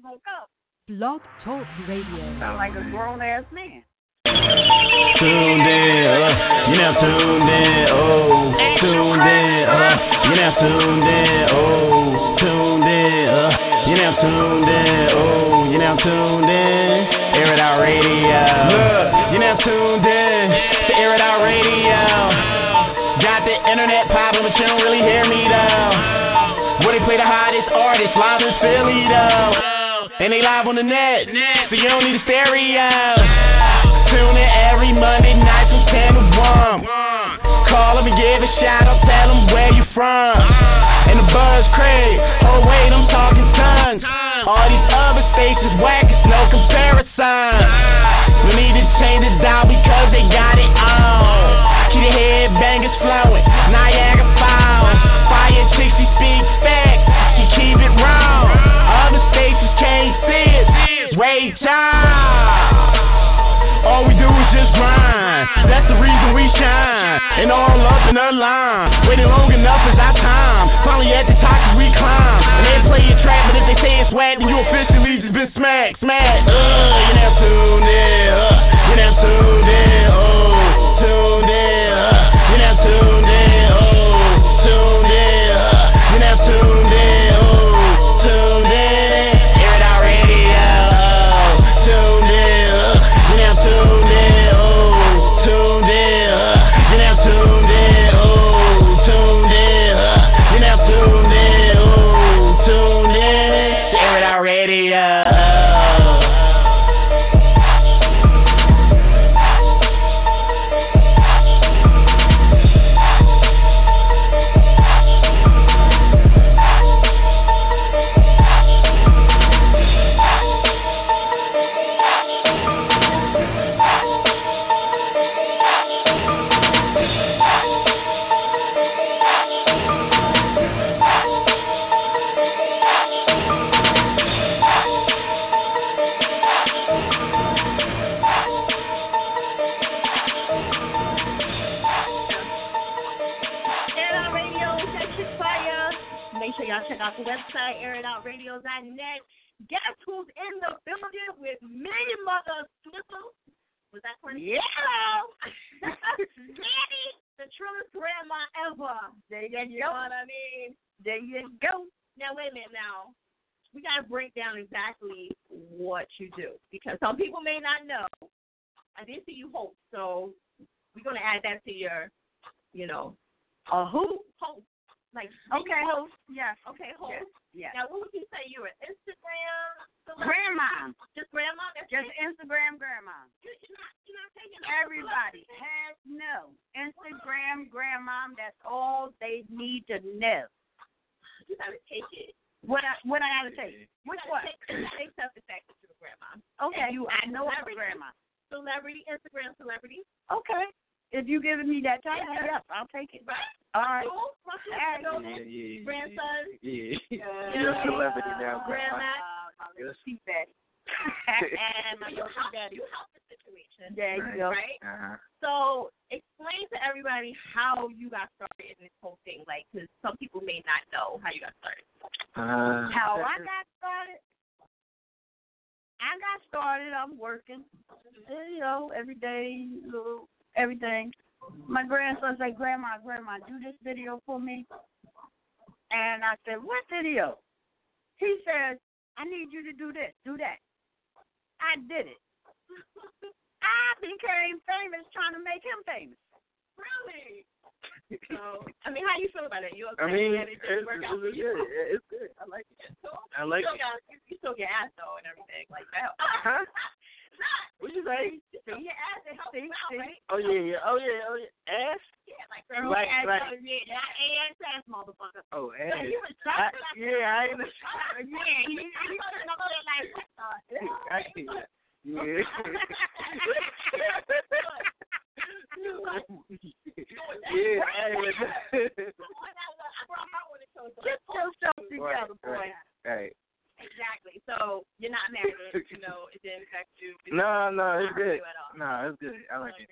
smoke up. Blog Talk Radio. Sound like a grown ass man. Tuned in, uh, you're now tuned in, oh, tuned in, uh, you're now tuned in, oh, tuned in, uh, you're now tuned in, oh, you're now tuned in, air it out radio. Look, you're now tuned in to air it out radio. Got the internet popping, but you don't really hear me though. Where they play the hottest artists live in Philly though, and they live on the net, so you don't need a stereo. Tune in every Monday night from 10 to 1. Call them and give a shout out, tell them where you from. And the buzz crazy. Oh, wait, I'm talking tongues. All these other stations whack, it's no comparison. We need to change it down because they got it on. Keep the headbangers flowing, Niagara Falls. Fire chicks, she speak facts, she keep it wrong. Other stations can't see it. Wait, time. All we do is just grind. That's the reason we shine. And all up in the line. Waiting long enough is our time. Finally at the top, 'cause we climb. And they play a trap, but if they say it's whack, then you officially just been smacked. Smack. Uh, you're now tuned in. Uh, you're now tuned in. Oh, tuned in. Uh, you're now tuned in. Oh, tuned in. Uh, you're now tuned in. Oh, tuned in. Air it out radio. Oh, tuned in. Uh, you're now tuned in. Oh, tuned in. Uh, you're now tuned in. Oh, tuned in. Uh, you're now tuned in. Oh, tuned in. Air it oh. out radio. Air It Out Radio, is that shit fire? Make sure y'all check out the website, airitoutradio.net. Guess who's in the building with Million Mother Swizzle? Was that correct? Yeah! Daddy, the truest grandma ever. There you go. know what I mean? There you go. Now, wait a minute now. We got to break down exactly what you do because some people may not know. I did see you host, so we're going to add that to your, you know, a who host. Like E the Okay. host. Yes. Okay, host. Yes. Yes. Now, what would you say you were? Instagram, celeb- Grandma. just grandma. That's Just it? Instagram grandma. you, you're not, you're not taking no Everybody has no Instagram grandma. That's all they need to know. celeb- You gotta take it. What I what I gotta You say? Which gotta one? Take, you gotta take something back to your grandma. Okay. And you I know I'm a celebrity. grandma. Celebrity, Instagram celebrity, Okay. If you giving me that title, Yeah. yes, I'll take it. right? All right. Cool. Fucking Hey. adult, Yeah. grandson. Yeah. You're a celebrity now, Grandma. Yes. See that. And my little daddy. You help the situation. There you go. Right? Uh-huh. So explain to everybody how you got started in this whole thing, like, because some people may not know how you got started. Uh, How I got started? I got started. I'm working. eh, You know, every day, little everything. My grandson said, "Grandma, Grandma, do this video for me." And I said, "What video?" He says, "I need you to do this, do that." I did it. I became famous trying to make him famous. Really? So, I mean, how you feel about it? You okay? I mean, that it it's, didn't it's, work out for it's you? good. It's good. I like it. I like you still it. got you still get ass though and everything like that. Huh? Nah, What you say? you get ass it helps you out, See, see. right? Oh yeah, yeah. Oh yeah, oh yeah. Ass. Yeah, like girl, Right, ass right. out, yeah, that ass ass motherfucker. Oh Yeah, ass. you was I, talking like yeah, I ain't. yeah, you you talking about it like what the hell? I can't. Yeah. yeah. I I want that one- I brought my one to show, so Get that's all. yourself together, Right, boy. right. Right. Exactly. So you're not married, you know, it didn't affect you. it didn't No, no, it's affect good. you at all. No, it's good. I like it.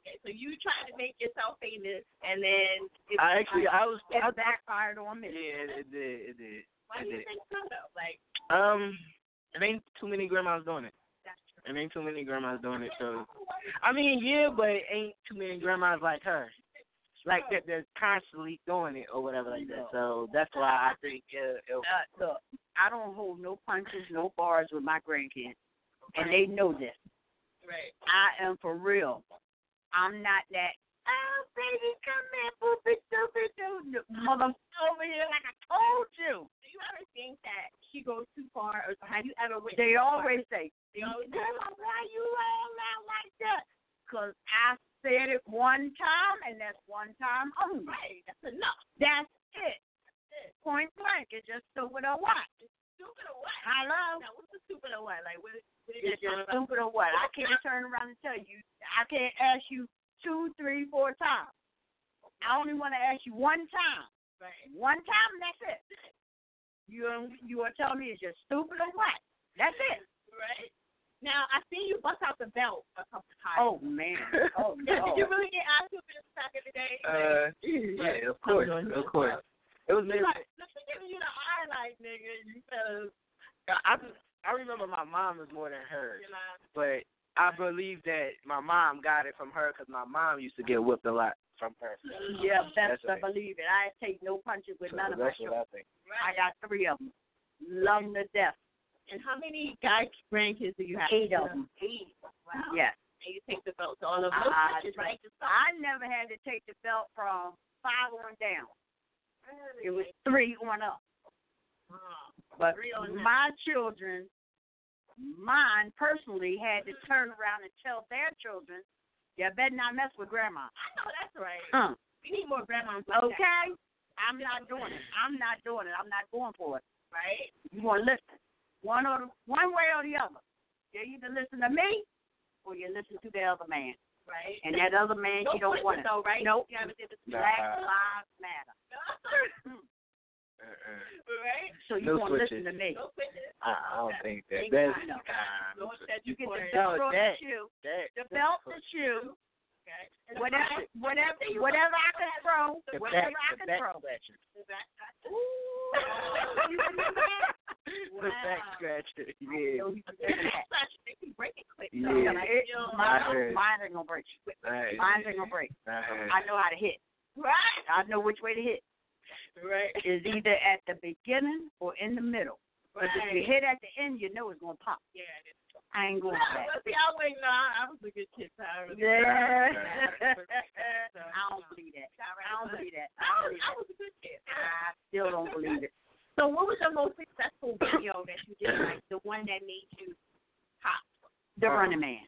Okay, so you tried to make yourself famous, and then it- I actually, I was. It I, backfired on yeah, me. it, it did. It did. Why do you think so? though? Like, Um, It ain't too many grandmas doing it. It ain't too many grandmas doing it. So, I mean, yeah, but it ain't too many grandmas like her, like that that's constantly doing it or whatever like that. So that's why I think it, it, Uh, look, I don't hold no punches, no bars with my grandkids, and they know this. Right. I am for real. I'm not that. Oh, baby, come here, boopy, doopy, doo. Mother, over here like I told you. Do you ever think that she goes too far, or have you ever witnessed? They always say, They always do. Grandma, why you all out like that? Because I said it one time, and that's one time only. Right. That's enough. That's it. Point blank. It's just stupid or what? Stupid or what? Hello? Now, what's the stupid or what? Like, what? is- what is It's your just stupid or what? I can't turn around and tell you. I can't ask you two, three, four times. I only want to ask you one time. Right. One time, and that's it. You um, you will tell me it's just stupid or what? That's it. Right. Now I see you bust out the belt a couple times. Oh man. Oh Did you no. really get asked to this back in the day? uh, yeah, of course, of course. It was Like, maybe look, she giving you the eye like, nigga, you better, I I remember my mom was more than hers, you know. but I believe that my mom got it from her because my mom used to get whipped a lot from her. Yeah, best That's I right. believe it. I take no punches with So none of my that's what children. I think. I got three of them. Love 'em to death. And how many guy grandkids do you have? Eight of them. Eight. Wow. Yes. And you take the belt to all of them. I- Which is Ah, right. Just I never had to take the belt from five on down. It was three on up. Wow. But Three on up. my children, mine personally, had to turn around and tell their children, you better not mess with grandma. I know that's right. Huh. We need more grandmas like that, Okay? I'm not doing it. I'm not doing it. I'm not going for it. right? You want to listen. One, or the, one way or the other. You either listen to me or you listen to the other man. Right. And that other man, no you don't pushing want it. though, right? Nope. You haven't did this Nah. Black Lives Matter. Uh-uh. right? So you No want to switches. listen to me. No pushing. I, I don't think that. Thank That's God. nah, Lord said You get the couldn't. belt No, or the that- shoe. that- The belt, the shoe, Okay. whatever, whatever, whatever I can throw, the whatever back, I the can back throw. scratcher. Ooh. You understand? The back scratcher. Yeah. So you understand that. Yeah. It- I Mine heard. mine ain't gonna break. Alright. Mine ain't gonna break. Alright. I know how to hit. Right, I know which way to hit. right, It's either at the beginning or in the middle. But if you right. hit at the end, you know it's gonna pop. Yeah, it is. I ain't No, going for that. but see, I wouldn't know. I was a good kid, so I really- Yeah. So, I don't no. believe that. All right, I don't but- believe that. I I don't was, believe I that. was a good kid. I still don't believe it. So, what was your most successful video that you did, like the one that made you pop? The running man.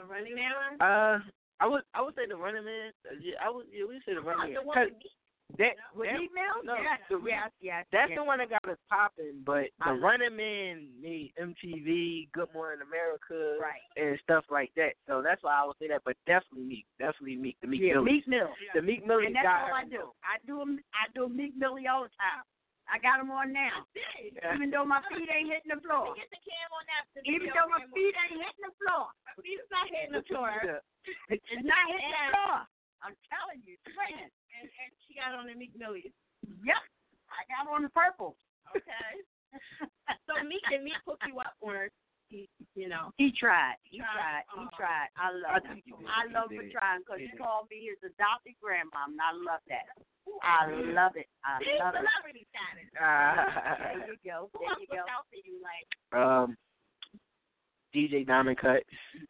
The Running Man one? Uh, I would I would say the running man. Uh, yeah, I would yeah, we say the running the man. one 'Cause with me? that, With that- email? no, yes, the- yes, yes. that's yes. the one that got us popping. But I the love- running man made MTV, Good Morning America, right. and stuff like that. So that's why I would say that. But definitely Meek, definitely Meek, the Meek Yeah, Millie. Meek Mill. The Meek Millie And that's got all her. I do. I do 'em- I do Meek Millie all the time. I got 'em on now, Yeah. even though my feet ain't hitting the floor. Get the cam on that. the video Even though my cam on- feet ain't hitting the floor, My feet is not hitting the floor. Yeah. it's not hitting the floor. I'm telling you, friend. and, and she got on the Meek Millies. Yep, I got on the purple. Okay. so Meek and Meek hook you up or he you know. He tried. He Tried. tried. He Aw. tried. I I love him. think you did. I You love did. for trying because he Yeah. called me his adopted grandma, and I love that. I love it. I He's love it. celebrity status. There Ah. you go. Who There else you go. looked out for you like um, DJ Diamond Cut.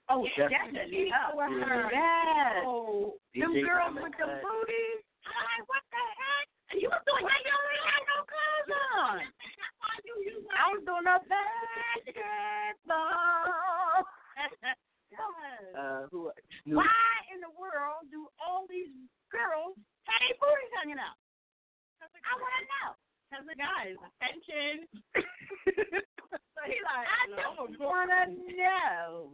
Oh, Yeah. definitely. Yeah. Oh, Yeah. Yes. oh Them DJ girls Diamond with the Cut. booties. I'm like, what the heck? And you was doing that you only had no clothes on. That's why you you I like was doing a basketball. Yes. Uh, who? Snoop. Why in the world do all these girls have their booties hanging out? I want to know. because the guys attention. so he like I no, I'm don't gonna go want to know.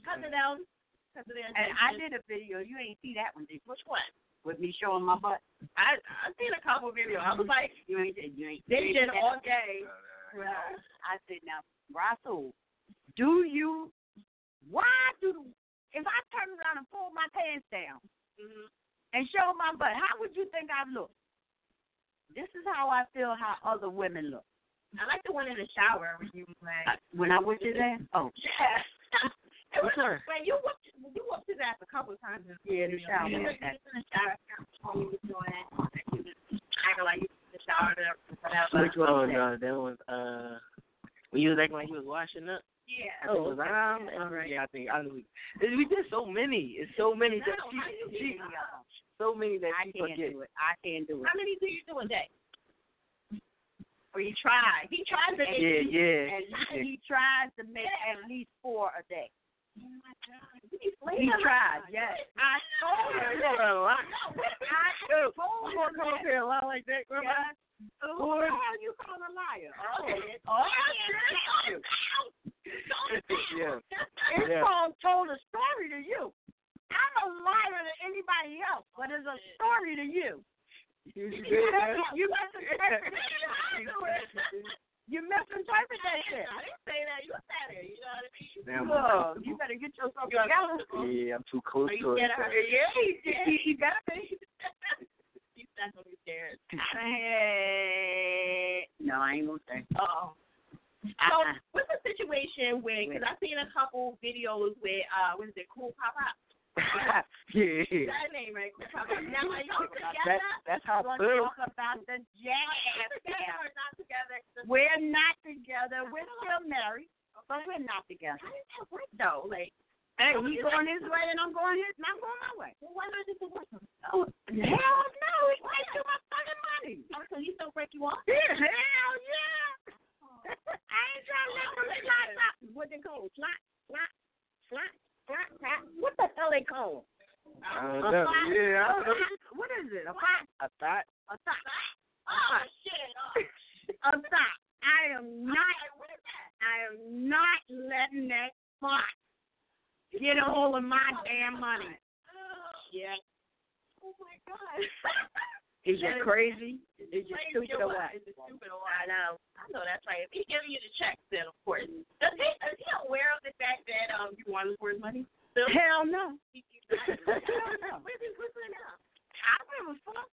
because of them. Because of their And I attention. did a video. You ain't see that one, did you? which one? With me showing my butt. I I seen a couple videos. I was like You ain't. You ain't. you ain't bitching see that. all day. Well, I said, now, Russell, do you? Why do? If I turn around and pull my pants down Mhm. and show my butt, how would you think I look? This is how I feel. How other women look. I like the one in the shower when you like. When I went to that, oh, Yeah. It was- Which one? Wait, you whooped you whooped his ass a couple of times. in Yeah, the shower. You looked in the shower. told me you was doing that. You was Acting like you was in the shower or whatever. Which one? Oh no, that was uh when you was acting like you was washing up. Yeah. I Oh, think it was, um, all right. Yeah, I think I knew. We did so many. It's so many that No, how you do she, she that? so many that I she can't forget. do it. I can't do it. How many do you do a day? Or you try? He tries to make Yeah, you. yeah. And he tries to make at least four a day. He tries, yes. I Oh, told her you that. are a lot. I Yo, you gonna come up here a lot like that, grandma? Who the hell you calling a liar? Oh, Oh, yeah. yeah. It's Yeah. called told a story to you. I'm a liar to anybody else, but it's a story to you. You You good, huh? mis- you misinterpret you misinterpret that shit. I didn't say that. You said it. You know what I mean? Damn. Look, you better get yourself together. Yeah, I'm too close to it. scared of her? Yeah, he did. He got me. He's not gonna be scared. No, I ain't gonna say. Oh. So Uh-uh. what's the situation with? Because I've seen a couple videos with uh, what is it? Cool Pop Up. yeah, yeah. That name right? Cool Pop Up. Now are y'all That, together? that's how Let's thorough. talk about the jazz. together or not together? We're not together. We're still married, but we're not together. How does that work though? Like, Hey, he's going his way and I'm going his and I'm going my way. well, why not just divorce him? Oh, hell no, he can't do my fucking money. Oh, so you still break you off? Yeah, hell yeah. I ain't trying to let him slide slide. What they call slot, slot, slot, slot, slot. What the hell they call? I don't know. Yeah, I don't know. What is it? A pot? I thought. A thought? Oh shit! Oh, A thought. I am not. I am not letting that thought get a hold of my damn money. Yeah. oh my god! Is you crazy? Is you Crazy stupid or or what? Is it stupid or I what? know. I know that's right. If he's giving you the checks, then of course. Does he? Is he aware of the fact that um you wanted for his money? So Hell no. he, he, where's his whistle now? I don't give a fuck.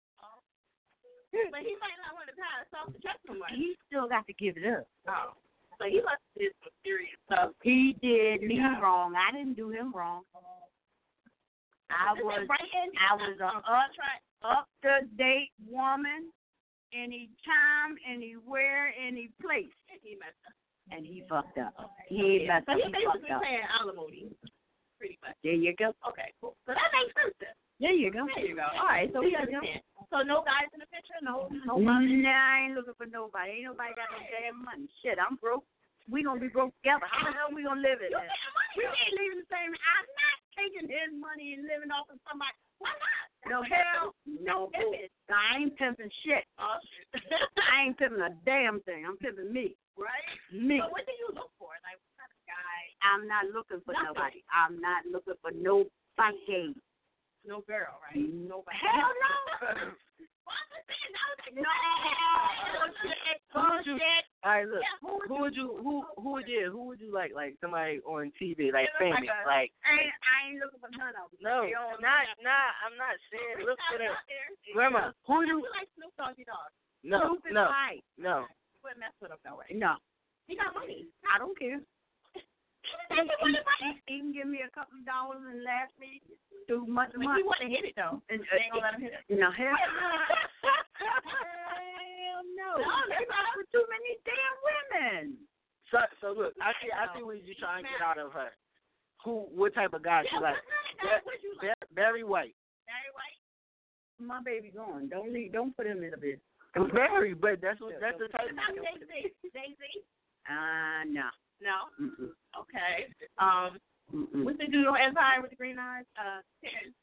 But he might not want to pass off the check so much. He still got to give it up. Oh, so he must have did some serious stuff. He did me wrong. I didn't do him wrong. I Is it was right in? I was a up up to date woman, any time, anywhere, any place, He messed up. and he fucked up. He ain't messed So up. he He basically fucked up. paying alimony, pretty much. There you go. Okay, cool. So that makes sense. Then. There you go. There you go. All right, so we understand. So no guys in the picture, no, no. Nah, I ain't looking for nobody. Ain't nobody got no damn money. Shit, I'm broke. We gonna be broke together. How the hell we gonna live it? We ain't leaving the same. I'm not taking his money and living off of somebody. Why not? No hell, no. bull. I ain't pimping shit. Oh shit. I ain't pimping a damn thing. I'm pimping me. right. Me. So what do you look for? Like what kind of guy? I'm not looking for nobody. I'm not looking for nobody. No girl, right? Nobody. Hell no. No. Bullshit. Bullshit. All right, look. Yeah, who Who would you who who would you who would you like like somebody on TV like Yeah, like famous a- like I ain't, I ain't looking for none of them. no They all- not not I'm not saying look for them out there? grandma who you You like Snoop Doggy Dog? no Stupid no life. no You wouldn't mess with him no way. No. He got money. I don't care. He, he, he can give me a couple of dollars and last me through much But money. he wouldn't hit it though. And, They ain't gonna let him hit it. no, hell no. No, There's that's not- not too many damn women. so so look I see I see what you trying to get out of her who what type of guy Yeah, she like what kind of guy would you like? Bar- Barry White Barry White? My baby gone. Don't leave. Don't put him in the bed. Barry but that's what that's the type What about Jay-Z? Jay-Z? Ah, uh, no. No? Mm-mm. Okay. Um, Mm-mm. what's the dude on Empire with the green eyes? Uh, Terrence.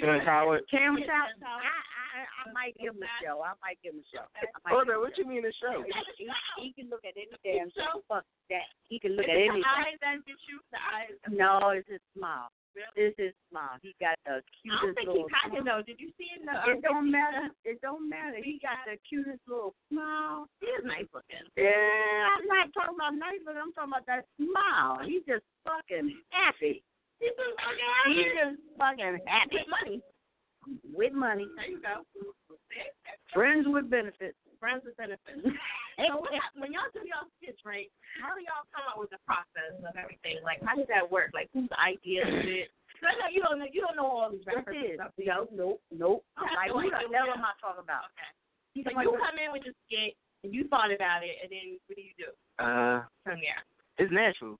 Terrence Howard Terrence Yeah, Howard. Terrence I, Howard. I, I might give him a show. I might give him a show. I might hold give him a on Oh, what you mean the show show. He, he- he can look at any damn show. Fuck that. He can look Is at it any. the eyes that get you? The eyes. No, it's his smile. It's his smile. He got I the don't cutest think little. he's cocking though. Did you see in the? It don't matter. It don't matter. He got the cutest little smile. He is nice looking. Yeah, I'm not talking about nice, but I'm talking about that smile. He's just fucking happy. He's been fucking He's out just fucking happy with money. with money, There you go. friends with benefits. Friends with benefits. So what hap- when y'all do y'all skits, right? How do y'all come up with the process of everything? Like, how does that work? Like, whose idea is it? 'Cause I know you don't know. You don't know all these rappers and stuff. do y'all? Nope, nope. I have Like, no we idea don't- never what- am I talking about. Okay. So you come in with your skit and you thought about it, and then what do you do Uh, from there? it's natural.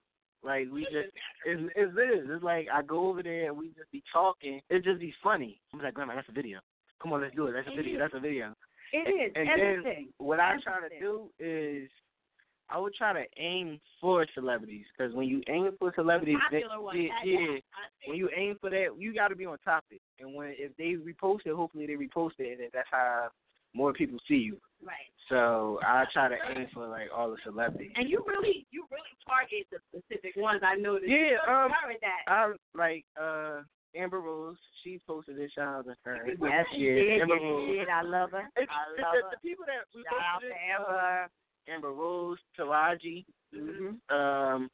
Like we just, it's it's this. It's like I go over there and we just be talking. It just be funny. I'm like, Grandma, that's a video. Come on, let's do it. That's a video. That's a video. It is And then- everything. What I try to Everything. do is, I would try to aim for celebrities because when you aim for celebrities, they, Popular one. yeah, I- yeah. I see. when you aim for that, you got to be on topic. And when if they repost it, hopefully they repost it, and then that's how more people see you. Right. So I try to aim for like all the celebrities. And you really, you really target the specific ones. I noticed. Yeah, You um, covered that. I like uh Amber Rose. She posted this. Shout out to her. Yes, Last she year, did. Amber Yes, she Rose. did. I love her. It's, I it's love the, her. the people that we Shout out to posted Amber. it, Amber Rose, Taraji, Mm-hmm. um,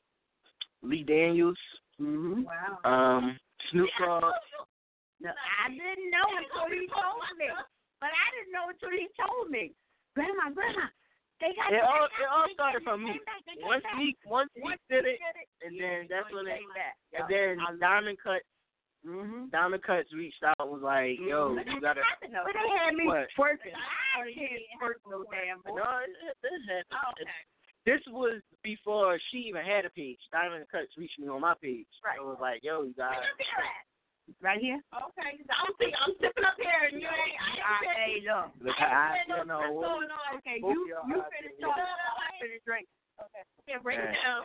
Lee Daniels, Mm-hmm. Wow. um, Snoop Dogg. No, I didn't know until he told me. But I didn't know until he told me. Grandma, grandma, they got It all they it got- all they started got- from me. they got- they got Once back. he once he Once did it, did it, and then that's when it came back. And then Diamond Cut, Mm-hmm. Diamond Cuts reached out and was like, "Yo, Mhm. you gotta." But they had me What? twerking. I can't twerk no damn No, boy. it- it- this happened. Oh, okay. This was before she even had a page. Diamond Cuts reached me on my page. Right. It was like, "Yo, you Where got." your beer at? Right here? Okay. 'cause I'm thinking, I'm sipping up here, and you ain't. I I ain't. ate up. Look, I I, ain't you said no- know, what's going on. Okay, Both you, y'all you out finish there. talking. I finish drinking. Yeah, break it Alright. down.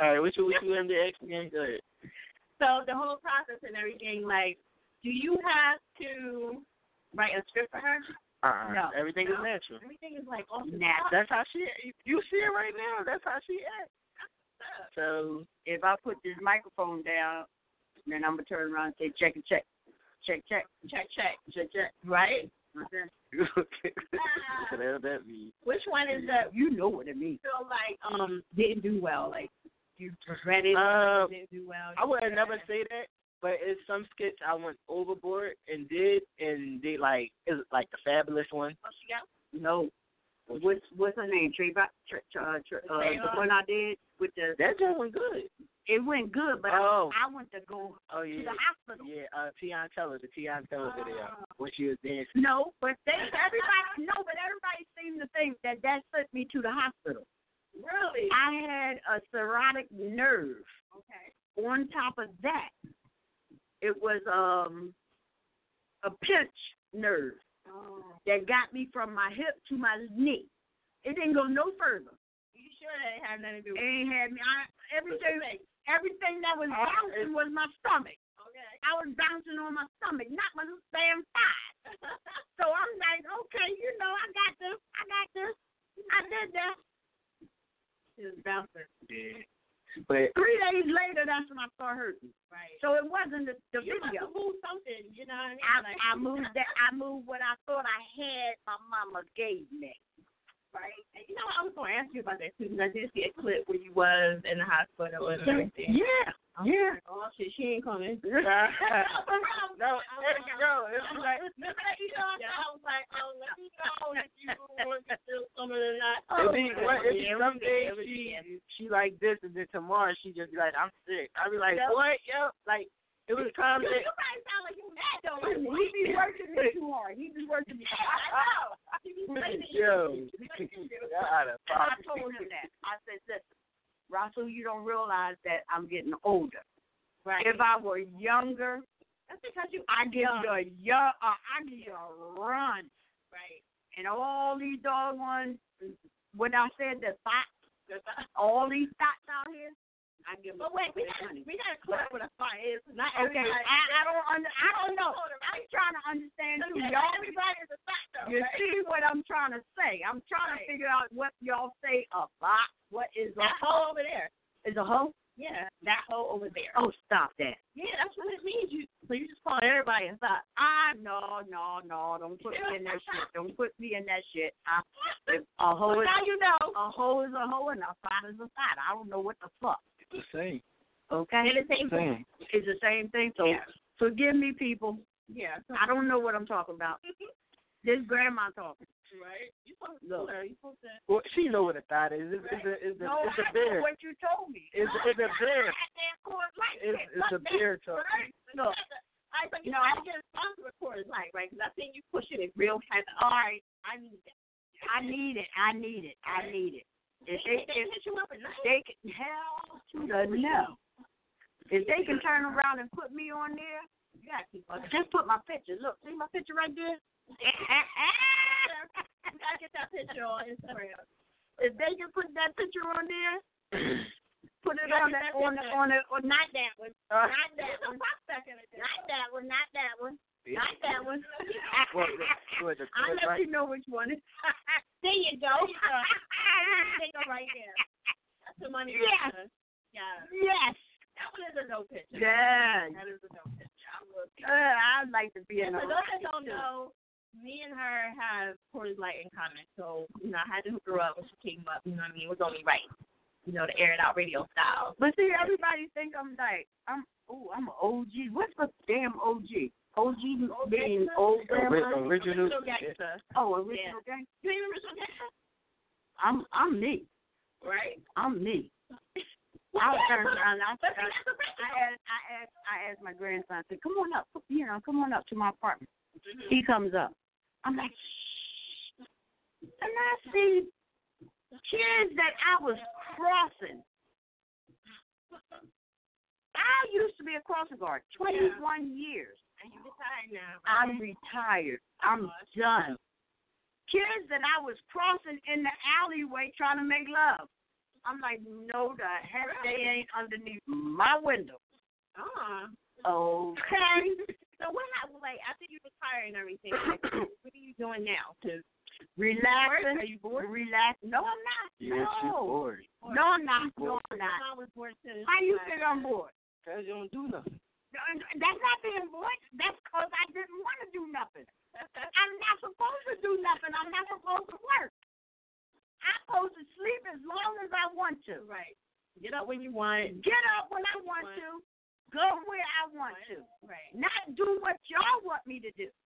all right, which which you MDX again? Good. So the whole process and everything, like, do you have to write a script for her? Uh, uh No. everything is No. natural. Everything is like off the Nah. top. That's how she. You, you see it right now. That's how she acts. So If I put this microphone down, then I'm going to turn around and say, check it, check. Check, check, Check, check. check, check. Right. Okay. what the hell that mean? Which one is the You know what it means. feel like um didn't do well? Like you regret it, Um, didn't do well. I would regret never it? say that, but it's some skits I went overboard and did, and they like is like the fabulous one. Oh, she got No. What's what's her name? Trey, Ba- Tre, Tre, uh, Tre, uh, Trayvon. the one I did with the. That just went good. It went good, but oh, I, I went to go oh to yeah, the hospital. yeah. Uh, Tion Teller, the Tion Teller Oh. video when she was dancing. No, but they everybody no, but everybody seemed to think that that sent me to the hospital. really. I had a cirrhotic nerve. Okay. On top of that, it was um a pinch nerve Oh. that got me from my hip to my knee. It didn't go no further. You sure that it had nothing to do It with ain't had me. I, everything, everything that was Uh, bouncing was my stomach. Okay. I was bouncing on my stomach, not my little damn thighs. so I'm like, okay, you know, I got this, I got this, I did this. She was bouncing. Yeah. But Three days later, that's when I start hurting. Right. So it wasn't the, the you must video. have moved something. You know what I mean? I, Like- I moved that. I moved what I thought I had. My mama gave me. Right. And you know, what? I was gonna ask you about that too because I did see a clip where you was in the hospital and everything. Yeah, yeah. Oh shit, she ain't coming. no, Oh, it, no, it was like I was like, oh, let me know if you want to do something or not. it be, what, it be Oh, Yeah, some days everything, she everything. she like this, and then tomorrow she just be like, I'm sick. I be like, what? Yo, like it was a You, you conversation. probably sound like you mad though. Like, He what? be working me too hard. He be working me. Yeah, I know. She be crazy. Yo, And I told him that. I said, listen, Russell, you don't realize that I'm getting older. Right. If I were younger, That's because you I give you a young, uh, I give you a run, right. and all these dog ones. When I said the thoughts, all these thoughts out here, I give them. But wait, we got honey. we got a clip with a fire is. Not Okay, everybody. I, I don't under, I don't know. I'm trying to understand Okay, you, not y'all. everybody is a factor. You okay? see what I'm trying to say? I'm trying Right. to figure out what y'all say a lot. What is That a hole over there. is a hoe? Yeah, that hole over there. Oh, stop that. Yeah, that's what it means. You so you just call everybody a thought. Ah, no, no, no. Don't put me in that shit. Don't put me in that shit. I, if a hoe is now you know. a hoe is a hoe and a side is a side. I don't know what the fuck. The same, Okay, And the same thing. it's the same thing. So Yeah. forgive me, people. Yeah. I don't know what I'm talking about. This grandma talking. Right? You supposed Look. to you supposed to Well, she know what a thought is. It's, it's a it's a No, it's a I know beer. what you told me. It's it's a beer. Goddamn Coors Light It's shit. it's Fuck a that. beer talk. Right? Look. I was like, you know, I get a sponsor of Coors Light, right? Because I think you pushing it real heavy. All right, I need that. I need it. I need it. I need it. If They, they they if hit you up at night. they can hell to the no. If they can turn around and put me on there, You got to keep up. just put my picture. Look, see my picture right there. you got to get that picture on Instagram. If they can put that picture on there, put it Yeah, on that's that on the it. on the on not that one. Uh, Not that one. Not that one. Not that one. Not that one. well, the, well, the I'll Coors let Light, you know which one. it- There you go. There you go right there. That's the money. Yes. picture. Yeah. Yes. That one is a no picture. Yeah. That is a no picture. I would. Uh, I'd like to be And in a for those that don't know, me and her have Coors Light in common. So, you know, I had to hook her up when she came up. You know what I mean? It was only right. You know, to air it out radio style. But see, everybody think I'm like I'm. Oh, I'm an OG. What's a damn OG? OG means old grandma. ori- original. Original gangster. Oh, original gang. You ain't original gangster, I'm I'm me. right? I'm me. I was turning around. and I, But see, I, that's original. I asked I asked I asked my grandson. I said, "Come on up. You know, come on up to my apartment." He comes up. I'm like, shh. And I see kids that I was crossing. I used to be a crossing guard, 21 years. And you decide now. I'm retired. I'm done. Kids that I was crossing in the alleyway trying to make love. I'm like, no, the heck, they ain't underneath my window. Uh-uh. Okay. So what happened? Like after you retire and everything, like, what are you doing now? Cause Are Relaxing. you bored? Relax. No, I'm not. Yes, you no. bored. No, I'm not. No, I'm not. I was bored too. How you think I'm bored? Cause you don't do nothing. That's not being bored. That's because I didn't want to do nothing. I'm not supposed to do nothing. I'm not supposed to work. I'm supposed to sleep as long as I want to. Right. Get up when you want. Get up when I want to. Go where I want to. Right. Not do what y'all want me to do.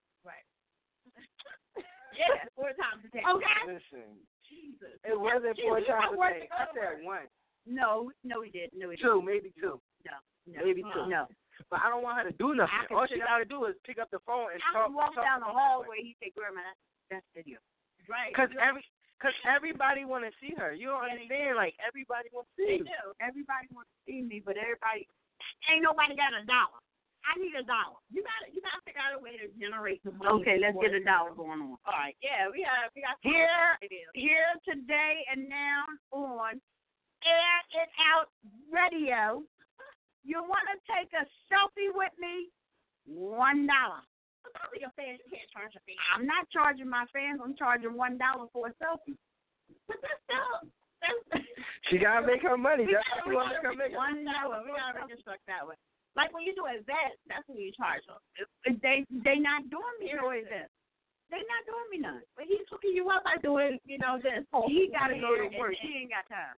Yeah. Four times a day. Okay? Listen, Jesus. it wasn't four times a day. I said one, No, no, he didn't. No, he didn't. two, maybe two, No, maybe two. no. But I don't want her to do nothing. I can All she pick up- got to do is pick up the phone and I talk. walk talk down the on phone. hallway. He said, Grandma, that's, that's video. Right. Cause every, cause everybody want to see her. You don't understand. Like everybody want to see They you. do. Everybody wants to see me, but everybody ain't nobody got a dollar. I need a dollar. You gotta you gotta figure out a way to generate the money. Okay, let's for get it. a dollar going on. All right. Yeah, we got we got Here, ideas. here today and now on Air It Out Radio. You want to take a selfie with me? One dollar. Probably your fans you can't charge a fee. I'm not charging my fans. I'm charging one dollar for a selfie. But that's still that's She gotta make her money. That's how we she wanna make her gotta reconstruct money. that way. We gotta reconstruct that way. Like when you do events, that's when you charge them. They they not doing me no event. They not doing me none. But he's hooking you up by doing, you know, this whole He gotta go to Yeah, work. yeah. He ain't got time.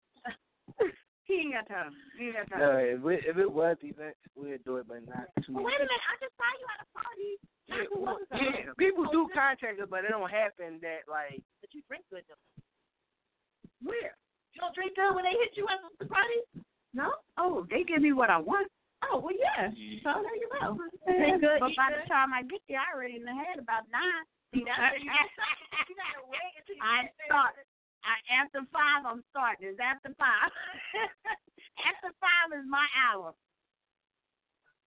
he ain't got time. He ain't got time. No, if, we, if it was events, we'd do it, but not too Well, much. wait a minute, I just saw you at a party. Yeah, Like, who well, was it? yeah, people do contact us, but it don't happen that like. But you drink good though. Where? You don't drink good when they hit you at the party? No? Oh, they give me what I want. Oh, well yeah. So there you go. But Drink good, eat by the good. time I get there, I already done had about nine. See, that's what you gotta- you gotta wait until you I get there. start. I, after five, I'm starting. It's after five. after five is my hour.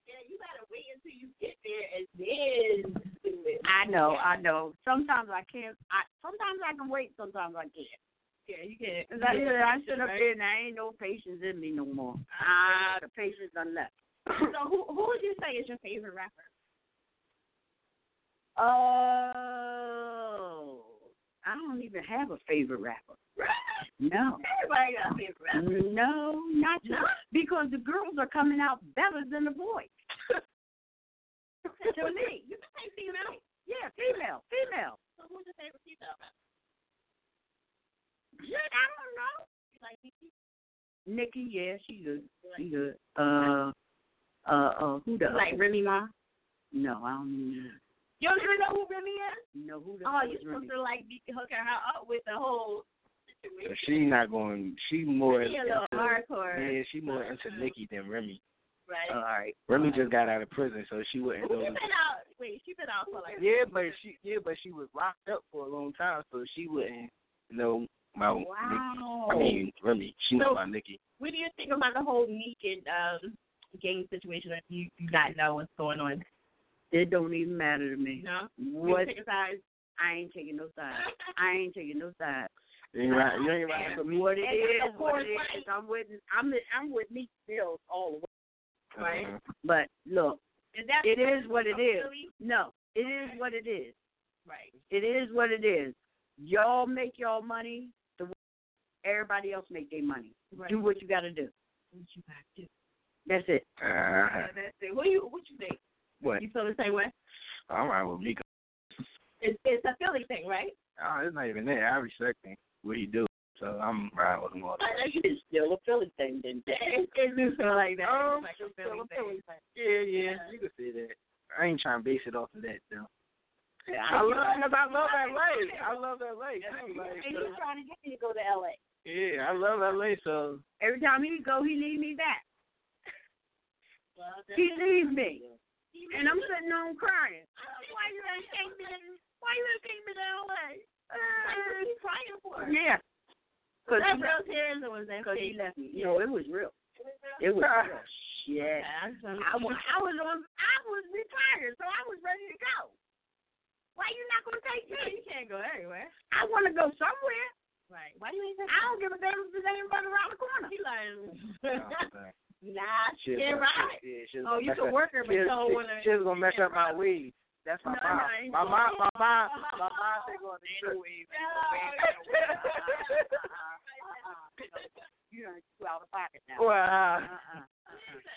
Yeah, you gotta wait until you get there and then do it. I know, I know. Sometimes I can't. I sometimes I can wait. Sometimes I can't. Yeah, you get Cause I, yeah. I should have been. I ain't no patience in me no more. Ah, the patience done left. So who who would you say is your favorite rapper? Oh, I don't even have a favorite rapper. No. Everybody got a favorite rapper. No, not yet. because the girls are coming out better than the boys. to me. You can say female. Yeah, female, female. So who's your favorite female rapper? Shit, I don't know. You Like Nicki? Nikki, yeah, she good. She good. Uh, uh, uh, who the Like Remy Ma? No, I don't. Even, You don't even know who Remy is? No, who the Oh, hell you're is Remy? supposed to like be hooking her up with the whole So situation. she not going. She more. She a little into, hardcore, yeah, she more into Nikki than Remy. right? all right. Remy just got out of prison, so she Oh, Well, wouldn't she go. been out. Wait, she been out for like. Yeah, but she yeah, but she was locked up for a long time, so she wouldn't know about Oh, Nikki. I mean Remy. She know So- about Nikki. What do you think about the whole Meek and um, gang situation? If you do not know what's going on, It don't even matter to you me. know. What? You take a side. I ain't taking no side. I ain't taking no side. You ain't right. You ain't right. But what it And is, of what course, it is. I'm with, I'm, I'm with Meek Mills all the way. Right. But look, Is that It is what it is. Really? no, it is what it is. Right. It is what it is. Y'all make y'all money. The way everybody else make their money. Right. Do what you got to do. What you got to do. That's it. Uh, That's it. What do you what you think? what? You feel the same way? Uh, I'm right with Mika. It's it's a Philly thing, right? Oh, it's not even that. I respect him. What he do. So I'm right with him all the time. It's still a Philly thing, then. It, it do feel like that. Um, it's like a still Philly a thing. Yeah, yeah. You can say that. I ain't trying to base it off of that though. I I love because I love LA. I love LA too. Like, And uh, he's trying to get me to go to L.A. yeah, I love LA. So Every time he go, he leave me back. Well, that's- He leave me, and I'm sitting home crying. Why you done take me? Why you done take me to L.A.? Like, what are you crying for? Yeah, Was because that real tears or was that he fake? left me. No, it was real. Ah. It was real. Shit. I just don't- I was, I was on. I was retired, so I was ready to go. Why you not gonna take You know, me? you can't go everywhere. I want to go somewhere. Right. Why do you even I don't give a damn if it ain't right around the corner. He oh, like nah, she yeah, right. Oh, you can work her but you don't wanna She's gonna mess up my weed. That's my No, mom. no, ain't my gonna- mom, my mom, my mom. They going to trip. You know, you out of pocket now. Wow. Uh-uh. uh,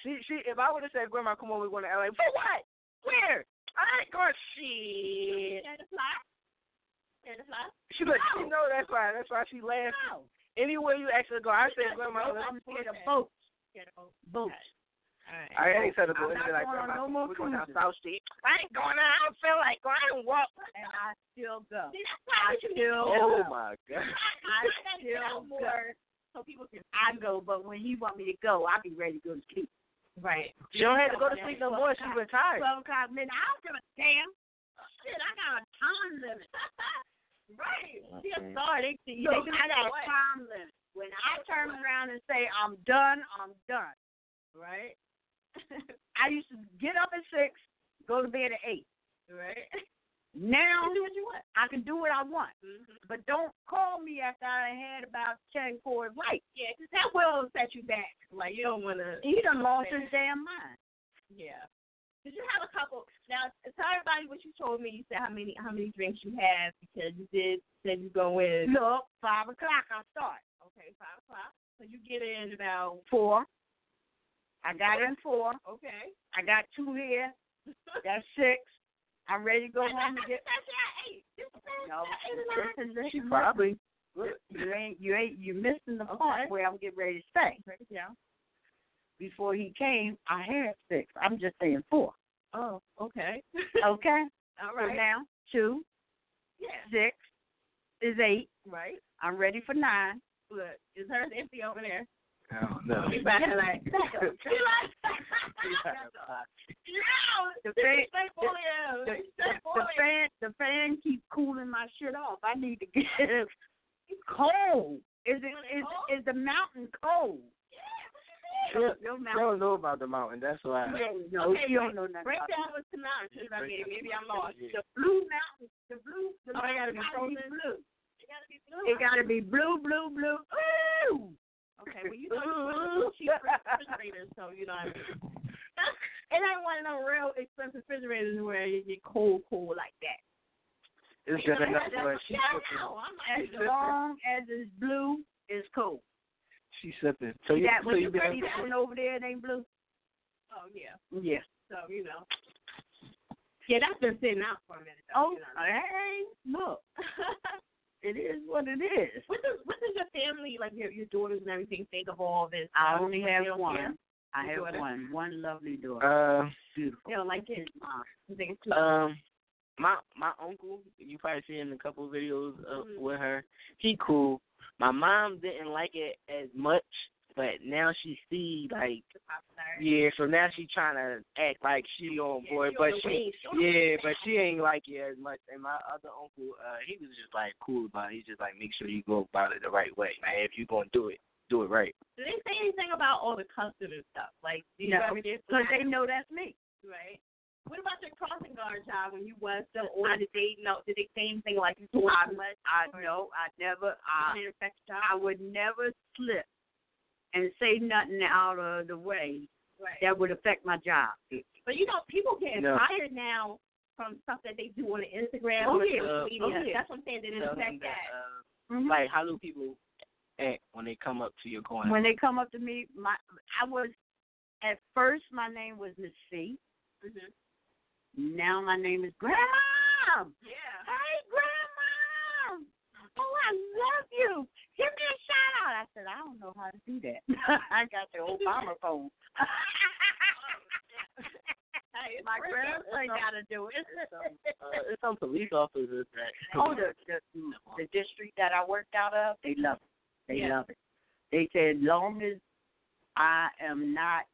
She, she. If I would have said, "Grandma, come on, we're going to LA." For what? Where? I ain't going. Shit. Can the fly? Can the fly? She like, she know that's why. That's why she laughs. No. Anywhere you actually go, I said, "Grandma." let's- I'm scared of boats. Get a boat. Boats. Alright. I ain't said it, but I'm not anyway, like, going on Grandma, no more we're going down cruises. South Street. I ain't going. Out. I don't feel like. going. I don't walk. And I still go. See, that's why I you still Oh go. my god. I That's not still go. more so people can I go, but when he want me to go, I be ready to go to sleep. Right. She don't have to go to sleep no more. She's retired. Twelve o'clock midnight. I don't give a damn. Shit, I got a time limit. Right. She a star. They see you. Look, They I got a what? time limit. When I turn around and say I'm done, I'm done. Right. I used to get up at six, go to bed at eight. Right. Now You do what you want. I can do what I want, Mm-hmm. but don't call me after I done had about ten quarters light. Yeah, 'cause that will set you back. Like you don't want to. He done lost his damn mind. Yeah. Did you have a couple? Now tell everybody what you told me. You said how many how many drinks you have because you did said you go in. Look, five o'clock I start. Okay, five o'clock. So you get in about Four. I got in four. okay. I got two here. That's six. I'm ready to go home and get. No, She probably. you ain't you ain't you missing the Okay. part where I'm getting ready to stay. Yeah. Before he came, I had six. I'm just saying four. Oh, okay. Oh, Okay, All so right. now two, Yeah. six is eight. Right. I'm ready for nine. Look, is hers empty over there? I don't know. She's back there like. She like. The This fan, is Saint Folio. the, This is the, Saint the Folio. fan, the fan keep cooling my shit off. I need to get cold. Is it is is the mountain cold? Yeah. No I mountain. don't know about the mountain. That's why. No, Okay, you don't know nothing. Break about down what's tonight. Because I mean, maybe I'm lost. The Yeah. blue mountain, the blue, the Oh, I gotta be mountain frozen? blue. It gotta be blue. It gotta be blue, blue, blue. Ooh. Okay, well, you know, cheap refrigerators, so you know what I mean. It ain't one of them real expensive refrigerators where you get cold, cold like that. It's good enough for her. She's yeah, I sipping. know. I'm like, As long as it's blue, it's cool. She's sipping. So you, that so when you you been see that one over there, it ain't blue. oh, yeah. Yeah. So, you know. Yeah, that's been sitting out for a minute. Though, Oh, you know. what I mean? hey, look, it is what it is. what, does, what does your family, like your, your daughters and everything, think of all this? I only They have don't one. care? I Your have daughter? one, one lovely daughter. Uh, Beautiful. Mm-hmm. They don't like it. Mom. They think it's close. um, my my uncle, you probably see in a couple videos of, with her. He cool. My mom didn't like it as much, but now she see like yeah. So now she trying to act like she on board, but she yeah, but she ain't like it as much. And my other uncle, uh, he was just like cool about it. He just like make sure you go about it the right way. Like if you gonna do it, do it right. Did they say anything about all the custom and stuff? Like, do you No, ever get because they know that's me. right? What about your crossing guard job when you was still on? Did they know? Did they say anything like you told I, them? I know. I never. I Did it affect your job? I would never slip and say nothing out of the way Right. that would affect my job. But you know, people get No. inspired now from stuff that they do on the Instagram Oh, or yeah. social media. Oh, yeah. That's what I'm saying. Did it Tell affect them that, that? uh, Mhm. like how do people act when they come up to your corner? when they come up to me, my I was at first my name was Miss C. Mhm. Mm-hmm. Now my name is Grandma. Yeah. Hey, Grandma! Oh, I love you. Give me a shout out. I said, I don't know how to do that. I got the Obama phone. My grandson got to do it. uh, it's some police officers that Oh, the, the the district that I worked out of, they love it. They Yeah. love it. They said, long as I am not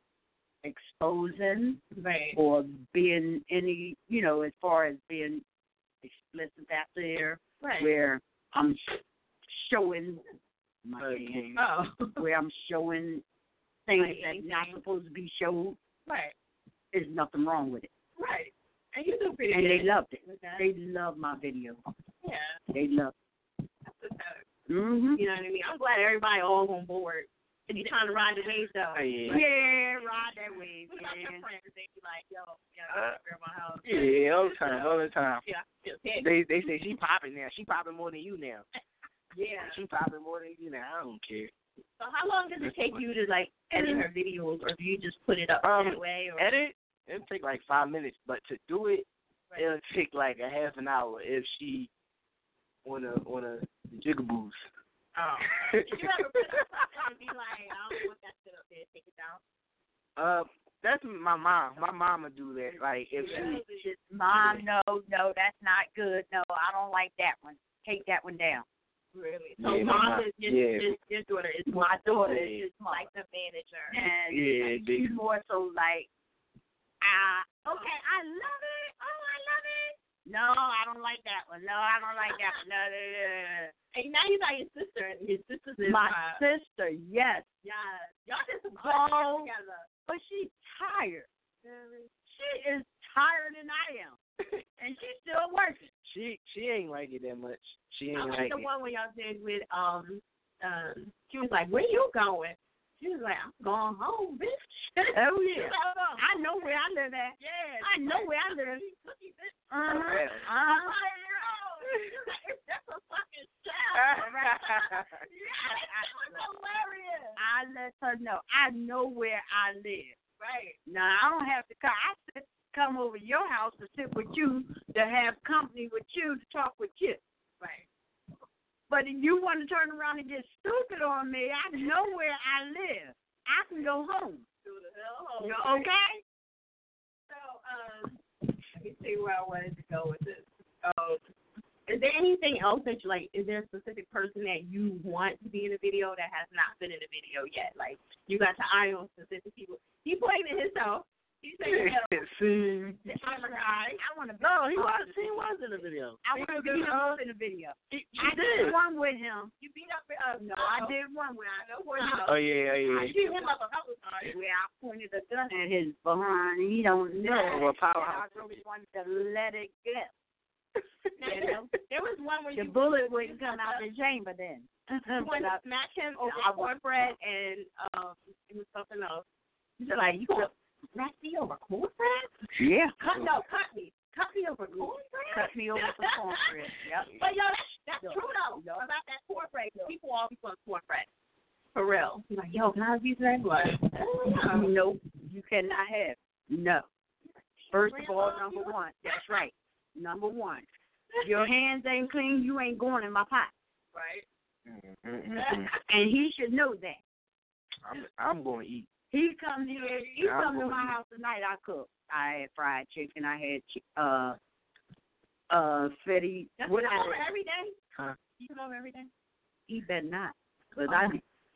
exposing Right. or being any, you know, as far as being explicit out there, Right. where I'm sh- showing my hand, hurricane. oh. where I'm showing things Like that anything. not supposed to be showed. right. There's nothing wrong with it, Right. And you do pretty and good. they loved it. with that. They love my video. yeah. They love. That's what's up. Mm-hmm. You know what I mean? I'm glad everybody all on board. If you're trying to ride the wave, though. Oh, yeah. Yeah, ride that wave. What about your Yeah. friends? They be like, yo, yo, Uh, grandma house. Yeah, all the time, all the time. Yeah. I feel sick. They they say she popping now. She popping more than you now. Yeah. She popping more than you now. I don't care. So how long does it take you to like edit her videos, or do you just put it up Um, that way? Or Edit it'll take like five minutes, but to do it, it'll take like a half an hour if she on a on a jigaboos. did you ever put up something and be like, I don't want that shit up there, take it down? uh, that's my mom. My mama do that. Like if she Just, Mom, no, no, that's not good. No, I don't like that one. Take that one down. Really? So Yeah, mom my- is your, yeah. your, your daughter is My daughter Yeah. is just my, like the manager. and yeah, they, she's more so like, ah, okay, I love it. Oh, I love it. No, I don't like that one. No, I don't like that one. No, no, no, no, no, no. And now you got your sister. and Your sister's in My uh, sister, yes, yeah. Y'all did some Bro. good shit together. but she's tired. She is tired than I am, and she's still working. she she ain't like it that much. I She ain't like like the it. one when y'all did with um um. She was like, "Where you going?" She was like, "I'm going home, bitch." Oh She was yeah, like, "Oh, I know where I live at. yeah. I know where I live. Cookie, bitch. Uh-huh. Yeah. Uh-huh. That's a fucking hilarious. I let her know. I know where I live. Right. Now I don't have to come. I sit, come over to your house to sit with you, to have company with you, to talk with you. Right. But if you want to turn around and get stupid on me, I know where I live. I can go home. You okay? So, um, let me see where I wanted to go with this. Um, is there anything else that you like? Is there a specific person that you want to be in a video that has not been in a video yet? Like, you got to eye on specific people. He blaming himself. He said, "Yo, See, I'm a guy." I want to go. no, he was he was in the video. I want to be home in the video. He, he I did. did one with him. You beat up. Uh, no, No, I did one where I know where you Oh I yeah, oh yeah. beat him up a couple times. where I pointed a gun at his behind. He don't know. Well, And I powerhouse. just wanted to let it go. You know? There was one where The you bullet wouldn't come out the chamber then. You But wanted to I smash him over I wa- cornbread and um it was something else. was like, you gonna Smash me over cornbread? yeah. Cut no, cut me. Cut me over cornbread. Cut me over some cornbread. Yep. But yo, that's that's Yo, true though. yo. About that cornbread. People always want cornbread. For real. You're like, yo, can I have these things? Like, oh, Um, Nope, you cannot have. No. First of all, number one. That's right. Number one. Your hands ain't clean, you ain't going in my pot. right. Mm-mm-mm-mm. And he should know that. I'm I'm gonna eat. He come here. He I'm come to gonna my eat. house tonight. I cook. I had fried chicken. I had chi- uh uh Fetty. That's What what I- over every day. Huh? You come over every day. he better not. 'cause I,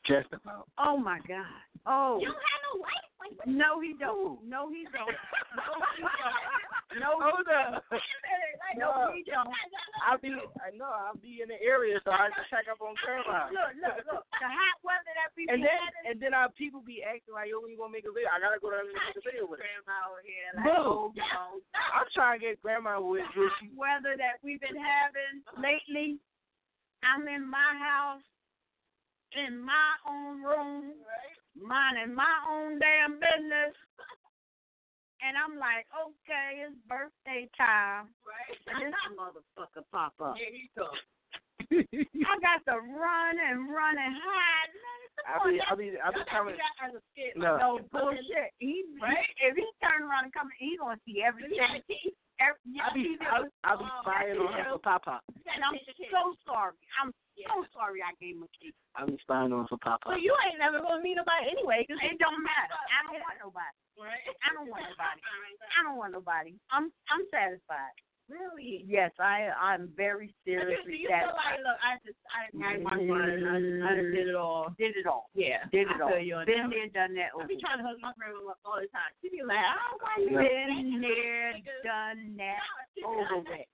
Just about. oh my God. Oh Uh-huh. You don't have no life. Like what? no, he don't. No, he don't. No, hold up. Like, No. you don't. I'll be, I know, I'll be in the area, so I just check up on Caroline. Look, look, look. The hot weather that we be And then, having, and then our people be acting like, yo, when you gonna make a video? I gotta go down and make a video with her. grandma over here, like, Boo! oh, no. I'm trying to get grandma with you. hot weather that we've been having lately. I'm in my house, in my own room, minding my own damn business. And I'm like, okay, it's birthday time. And this motherfucker pop up. I got to run and run and hide. Man, come I'll on, be, that's I'll be, I'll be coming. as a skit. No. No bullshit. He, he if he turn around and come, he gonna see everything. Every, yeah, I'll be, he I'll, I'll be Um, spying on her for Pop Pop. and I'm so sorry. I'm so sorry I gave him a kiss. I'll be spying on her for Pop Pop. But you ain't never gonna meet nobody anyway. 'cause It don't matter. I don't want nobody. I don't want nobody. I don't want nobody. I'm I'm satisfied. Really? Yes, I I'm very Because seriously you feel like, satisfied. look, I just, I didn't have my fun. I, I done did it all. Did it all. Yeah. Did I it all. feel you on Been that. there, done that. I Over. be trying to hug my grandma all the time. She be like, I don't want you. Been there, done that. Over with.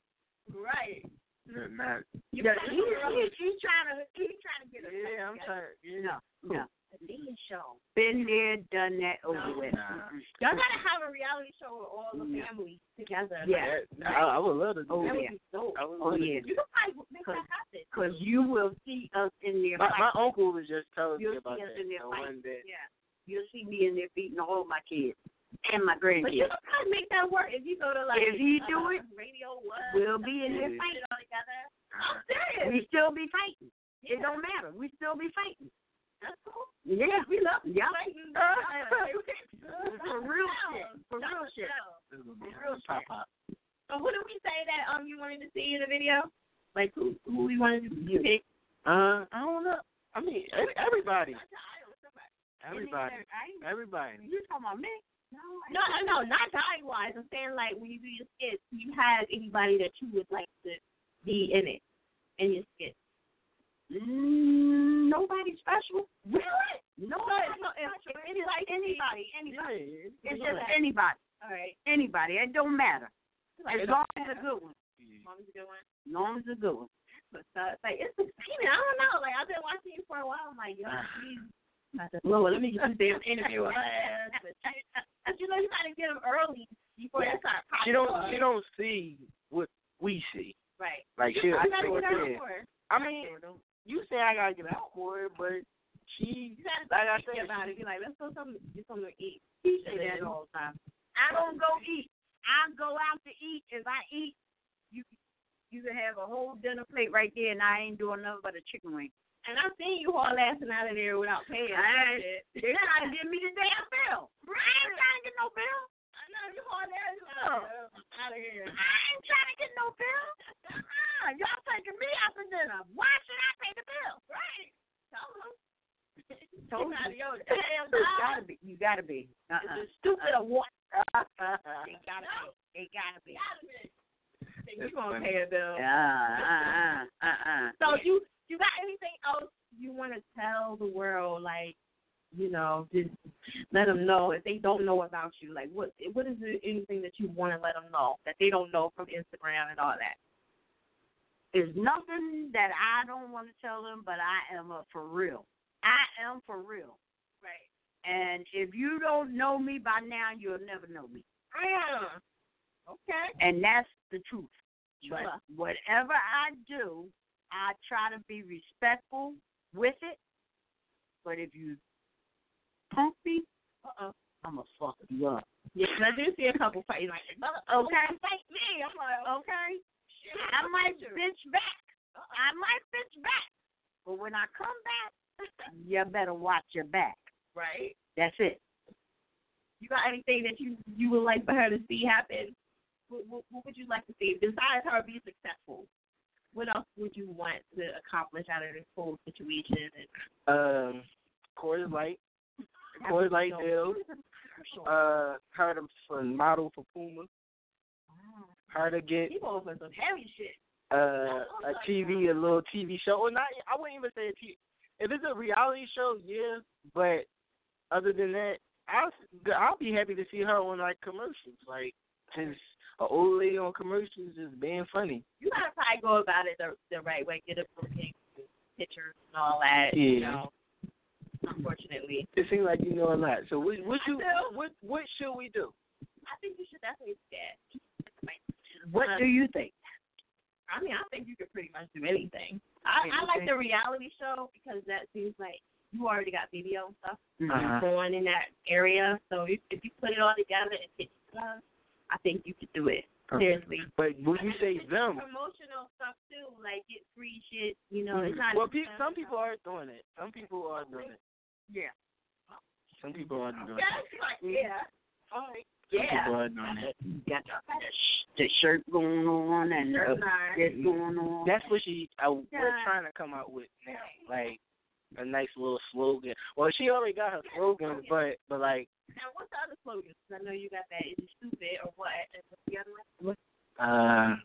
Right. Not, You Yeah, gotta he, figure out- he, he's trying to He trying to get a yeah, I'm tired. Yeah. no no. dating show. Been there, done that. Over with. Nah. Y'all gotta have a reality show with all the families together. Yeah. That- I, I would love to do Oh that. That yeah. would be dope. I would Oh love to yeah. You can probably make that happen. Because you will see us in there. My, fighting. my uncle was just telling You'll me about see us that. in there the fighting. one that Yeah. You'll see me in there beating all my kids and my But you grandkids. can probably make that work if you go to like If he uh, do it, Radio One. We'll be in there Yeah. fight fighting. it all together. Oh, uh, Serious. We still be fighting. It don't matter. We still be fighting. That's cool. Yeah. We love Yeah. Fighting. For real shit. For real shit. this would be Real shit. Pop Pop. So who did we say that um you wanted to see in the video? Like who who we wanted to pick? Uh, I don't know. I mean, every- everybody, everybody, everybody. You talking about me? No, no, no, not diet wise. I'm saying like when you do your skits, do you have anybody that you would like to be in it in your skits. Mm, nobody special. Really? No. No, it's not- it's- it's any- like anybody, anybody. Yeah, It's just anybody. All right. Anybody. It don't matter. As long as it's a good one. Mm. Mom's a good one. As long as it's a good one. But uh, it's like it's exciting. I don't know. Like I've been watching you for a while. I'm like, yo, Ah. geez. I said, Lord, let me get this damn interview. out of my ass. But I- you know, you gotta get them early before they start popping. She don't, up. she don't see what we see. Right. Like she, You gotta don't get out see it. for it. I mean, you say I gotta get out for it, but she, You gotta like I think said, about it. Be like, let's go something, get something to eat. He say that all the time. I don't go eat. I go out to eat. If I eat, you you can have a whole dinner plate right there, and I ain't doing nothing but a chicken wing. And I've seen you all laughing out of there without paying. Right. Shit. They trying to get me the damn bill. I ain't trying to get no bill. I know you all there. Out of here. I ain't trying to get no bill. Uh-uh. Y'all taking me out to dinner. Why should I pay the bill? Right. Tell them. Told Get out of you. your damn You gotta house. be. You gotta be. Uh-uh. It's a stupid award. They gotta No. be. They gotta be. You're gonna pay a bill. Uh uh uh uh. So you you got anything else you want to tell the world? Like, you know, just let them know if they don't know about you. Like, what what is it, anything that you want to let them know that they don't know from Instagram and all that? There's nothing that I don't want to tell them, but I am a for real. I am for real. Right. And if you don't know me by now, you'll never know me. Yeah. uh, Okay. And that's the truth. But Sure. whatever I do, I try to be respectful with it. But if you punk me, Uh-oh. I'm going to fuck you up. Yeah, and Uh-uh. I do see a couple fighting like, uh-uh, Okay? fight me. I'm like, oh, Okay? shit. I might bitch back. Uh-uh. I might bitch back. But when I come back, you better watch your back. right. That's it. You got anything that you you would like for her to see happen? What, what, what would you like to see besides her be successful? What else would you want to accomplish out of this whole situation? And um, Coors Light, Coors Light Hills, uh, hired him for model for Puma. her to get You going for some heavy shit. uh, a TV, a little TV show, or not. I wouldn't even say a TV. If it's a reality show, yeah. But other than that, I'll s- I'll be happy to see her on like commercials, like since an old lady on commercials is being funny. You gotta probably go about it the the right way. Get appropriate pictures and all that. You Yeah. know. Unfortunately, It seems like you know a lot. So what what I you do. what what should we do? I think you should definitely do that. Uh, What do you think? I mean, I think you could pretty much do anything. I, I like the reality show because that seems like you already got video and stuff Mm-hmm. Uh-huh. going in that area. So if, if you put it all together and pitch it to us, I think you could do it. Seriously. But when you say them, Promotional stuff too, like get free shit. You know, Mm-hmm. it's not. well, pe- some people are doing it. Some people are doing it. Yeah. Some people are doing it. Yeah. All right. Some Yeah. people are doing it. Got the, the shirt going on and Sure, the, fine. this going on. That's what she I, we're Yeah. trying to come out with now, like a nice little slogan. Well, she already got her slogan, but but like Now, what's the other slogan? 'Cause I know you got that. Is it stupid or what? And what's the other one? uh,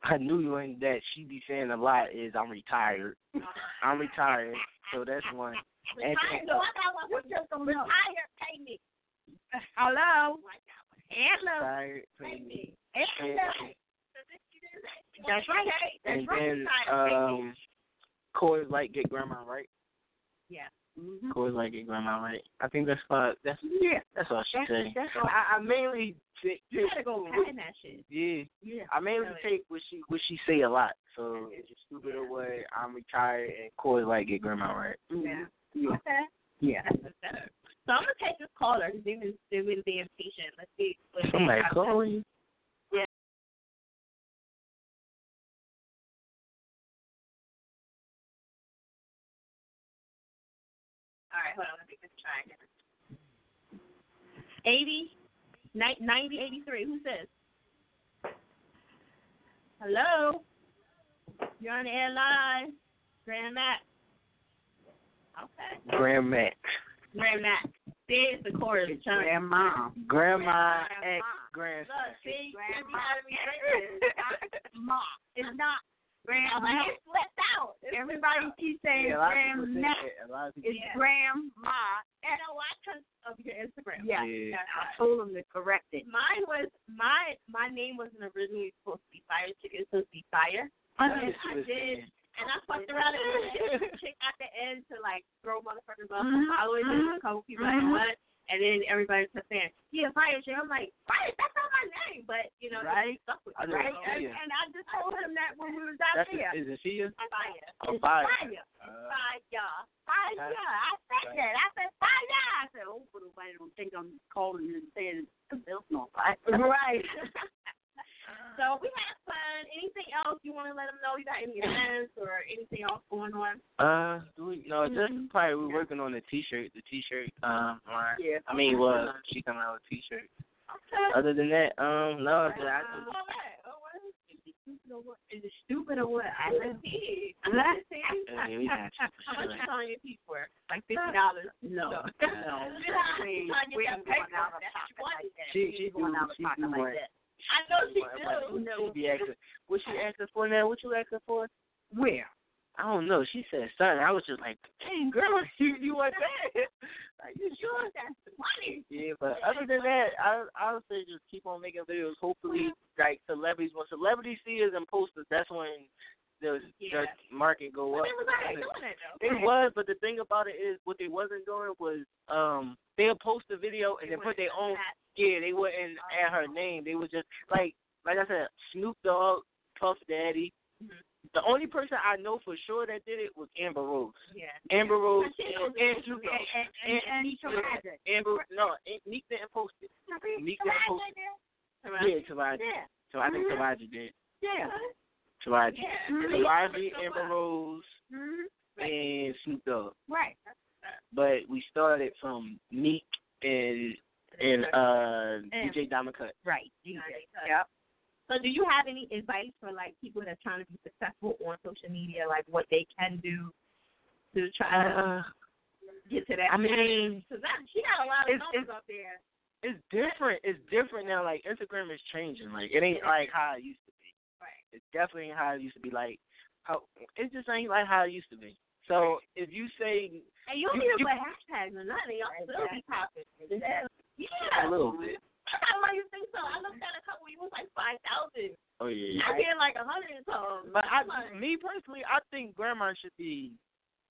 her new one that she be saying a lot is "I'm retired, Uh, I'm retired." So that's one. And- Retired. No, I got one. What's just retired? Pay me. Hello? Like that one. Hello? retired Pay and, me. and, That's right. That's and right. then Retired. Pay me. um, Coors Light get grandma right. Yeah. Mhm. Coors Light get grandma right. I think that's what that's Yeah. that's all she That's- say. that's all- I, I mainly take- You gotta go take- patent that shit. yeah. Yeah. I mainly Really. take what she what she say a lot. So it's just stupid Yeah. away. I'm retired and Corey like get grandma right. Mm-hmm. Yeah. Yeah. Okay. Yeah. That's what's better. So I'm gonna take this caller because they've been they've been being patient. Let's see. what- Somebody how- calling. All right, hold on. Let me just try again. 80, ni- 90, 83. Who says? Hello? You're on the air live. Grand Mac. Okay. Grand Mac. Grand Mac. There's the chorus. Chunk. Grandma. Grandma and grandson. Look, see? Grand You gotta be drinking. It's not Ma. It's not grandma. It's left out. Everybody keeps saying Yeah, a lot of people say grandma. that. A lot of people. It's Yeah. grandma. You know why? Because of your Instagram. Yeah. Yeah. I told him to correct it. Mine was my my name wasn't originally supposed to be fire chick. It was supposed to be fire, I and I did, and I fucked around and put chick at the end to like throw motherfuckers off the Mm-hmm. Mhm, highway. And mhm, a couple people like mhm. what, and then everybody kept saying, "Yeah, fire chick." I'm like, "Fire, that's not my name," but you know, Right. it stuck with I me. know. oh, right? Yeah. And, and I just told him that when we was out That's there. is it Tia? Fire. Oh, It's fire. Fire. Uh, Fire. Fire. I said Right. that. I said fire. I said, oh, But I don't think I'm calling and saying the bill's not Right. so we had fun. Anything else you want to let them know? You got any events or anything else going on? uh, do we, no, just probably we're working on the T-shirt. The T-shirt, um, line. Yeah. I mean, well, she coming out with a T-shirt. Okay. Other than that, um, Uh, no, I, I just All right. All right. Is it stupid or what? I Let's see. Let's see. Yeah, we got you for How much sure. is on your piece for? Like fifty dollars. Oh, No. No. No. We- we ain't going out of pocket like that. She- We she ain't going do- out of she pocket do like what- that. I know she What do. she be asking? What she asking for now? What you asking for? Where? I don't know. She said something. I was just like, dang, grandma, you, you want that? like, you sure? Money. Yeah, but other than that, I I would say just keep on making videos. Hopefully, like celebrities, when celebrities see us and post us, that's when the Yeah. the market go Well, up. they was already doing that though. It was, but the thing about it is, what they wasn't doing was, um, they'll post a video and then put their own Yeah, they wouldn't add her name. They was just like like I said, Snoop Dogg, Puff Daddy. Mhm. The only person I know for sure that did it was Amber Rose. Yeah. Amber Rose But she and, was- and Snoop Dogg. and- And, and Nisha Rabbit. Amber, no, and Neek didn't post it. Neek didn't post it. Yeah, Taraji. Yeah. So I think Mm-hmm. Taraji did. Yeah. Taraji. Yeah. Taraji, Yeah. Amber Rose, and Snoop Dogg. Mm-hmm. Right. But we started from Neek and and uh And- DJ Diamond Cut. Right. Yep. So, do you have any advice for like people that are trying to be successful on social media, like what they can do to try to Uh, get to that? I mean. because she got a lot of it's- numbers up there. it's different. It's different now. Like Instagram is changing. Like it ain't like how it used to be. Right. It definitely ain't how it used to be. Like how it just ain't like how it used to be. So if you say And you don't You- hear you- about hashtags or nothing. Y'all still be popping. a Yeah. little bit, How long you think so? I looked at a couple. It was like five thousand. oh yeah. I did like a hundred and something. But I'm like, I, me personally, I think grandma should be.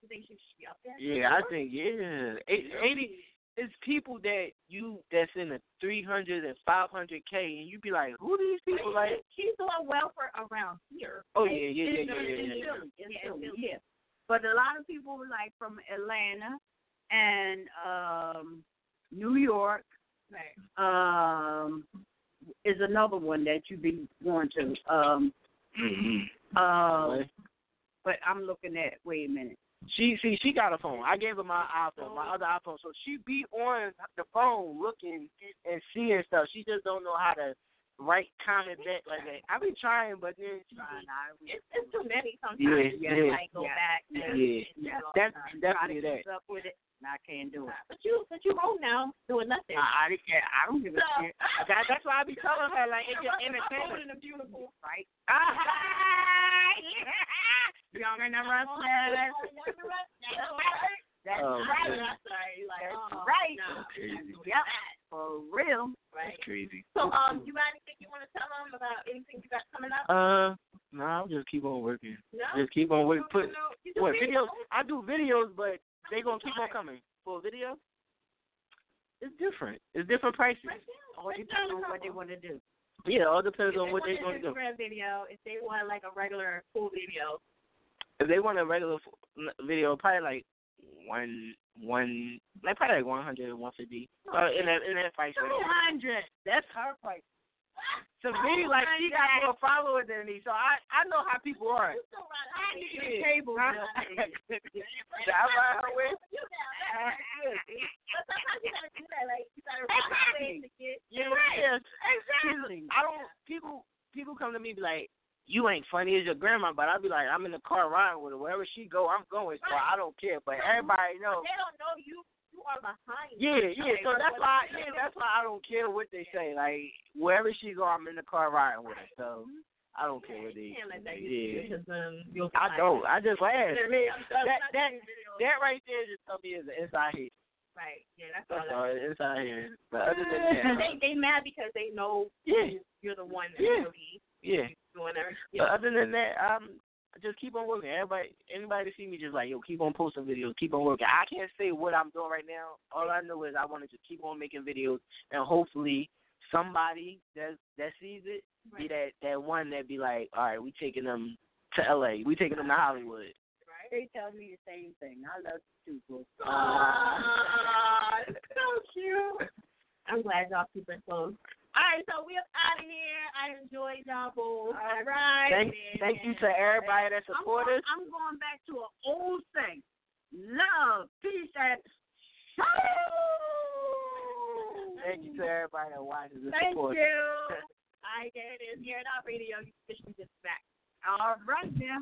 you think she should be up there? Yeah, I think yeah, Eight- eighty. It's people that you that's in the three hundred and five hundred k, and you be like, who these people like? she's doing well for around here. Oh yeah, yeah, yeah, It's- yeah, yeah. it's yeah. Philly. It's Yeah, Philly. Philly. But a lot of people were like from Atlanta and um New York. Right. Um is another one that you be going to. Um uh, Like, but I'm looking at wait a minute. She see, she got a phone. I gave her my iPhone, my other iPhone, so she be on the phone looking and seeing stuff. She just don't know how to write comment back like that. I be trying, but then she It's, it's too many sometimes. Yeah, You yeah, like go yeah. back. And, yeah, that's definitely that. What's up with it? And I can't do it. But you, but you home now doing nothing. I, I didn't care. I don't give a So- shit. That, that's why Ah, I be telling her like it's your I'm entertainment. holding a beautiful. Right? Younger number I'm holding a beautiful- That's right. That's Oh, Right. okay. I'm sorry. Like, That's oh, right. nah. Crazy. Yep. For real. Right. crazy. So, um, you got anything you want to tell them about anything you got coming up? Uh, no, I'll just keep on working. No. Just keep on working. Put You do- you do what videos? videos? I do videos, but they gonna keep on coming for a video. It's different. It's different prices. Right there. Oh, All That's depends on not a what they problem. want to do. Yeah, all If depends on what they they gonna do. want an Instagram video, if they want like a regular full video, If they want a regular f- video, probably like one one, like probably like one hundred, one fifty. Uh, in that in that price range. hundred. That's her price. To me, like she got more followers than me, so I I know how people are. you still run out of Yeah. here. Cable Huh? That's I ride her not with. you now. But sometimes you gotta do that. Like you gotta run out of ways to get. Yeah, Right. yeah. Exactly. I don't. People people come to me be like, "You ain't funny as your grandma," but I be like, "I'm in the car riding with her. Wherever she go, I'm going. So I don't care." But everybody knows. They don't know you. You are behind. Yeah, yeah. So that's why, yeah, that's why I don't care what they say. Like wherever she go, I'm in the car riding with her. So I don't care what they. Can't let that get to Mm-hmm. you Yeah, because, um, you'll get I like- don't. I just laugh. You know what I mean? I'm- I'm That not that doing videos. that right there just tell me is an inside hit. Right. Yeah, that's That's all. all. An inside hit. But other than that, They they mad because they know yeah, you're the one that's Yeah. Uh, really yeah. doing everything. But other than that, um, just keep on working. Everybody, anybody see me, just like yo, keep on posting videos, keep on working. I can't say what I'm doing right now. All I know is I want to just keep on making videos, and hopefully somebody that that sees it be that that one that be like, all right, we taking them to L.A., we taking them to Hollywood. They tell me the same thing. I love you too, boo. Ah, it's Oh, so cute. I'm glad y'all keep it close. All right, so we're out of here. I enjoyed y'all both. All right. Thank, thank you to everybody that I'm support going, us. I'm going back to an old thing. Love, peace, and soul. Thank you to everybody that watches and Thank supports. you. I get it. Here at our radio, you can just get back. All right now.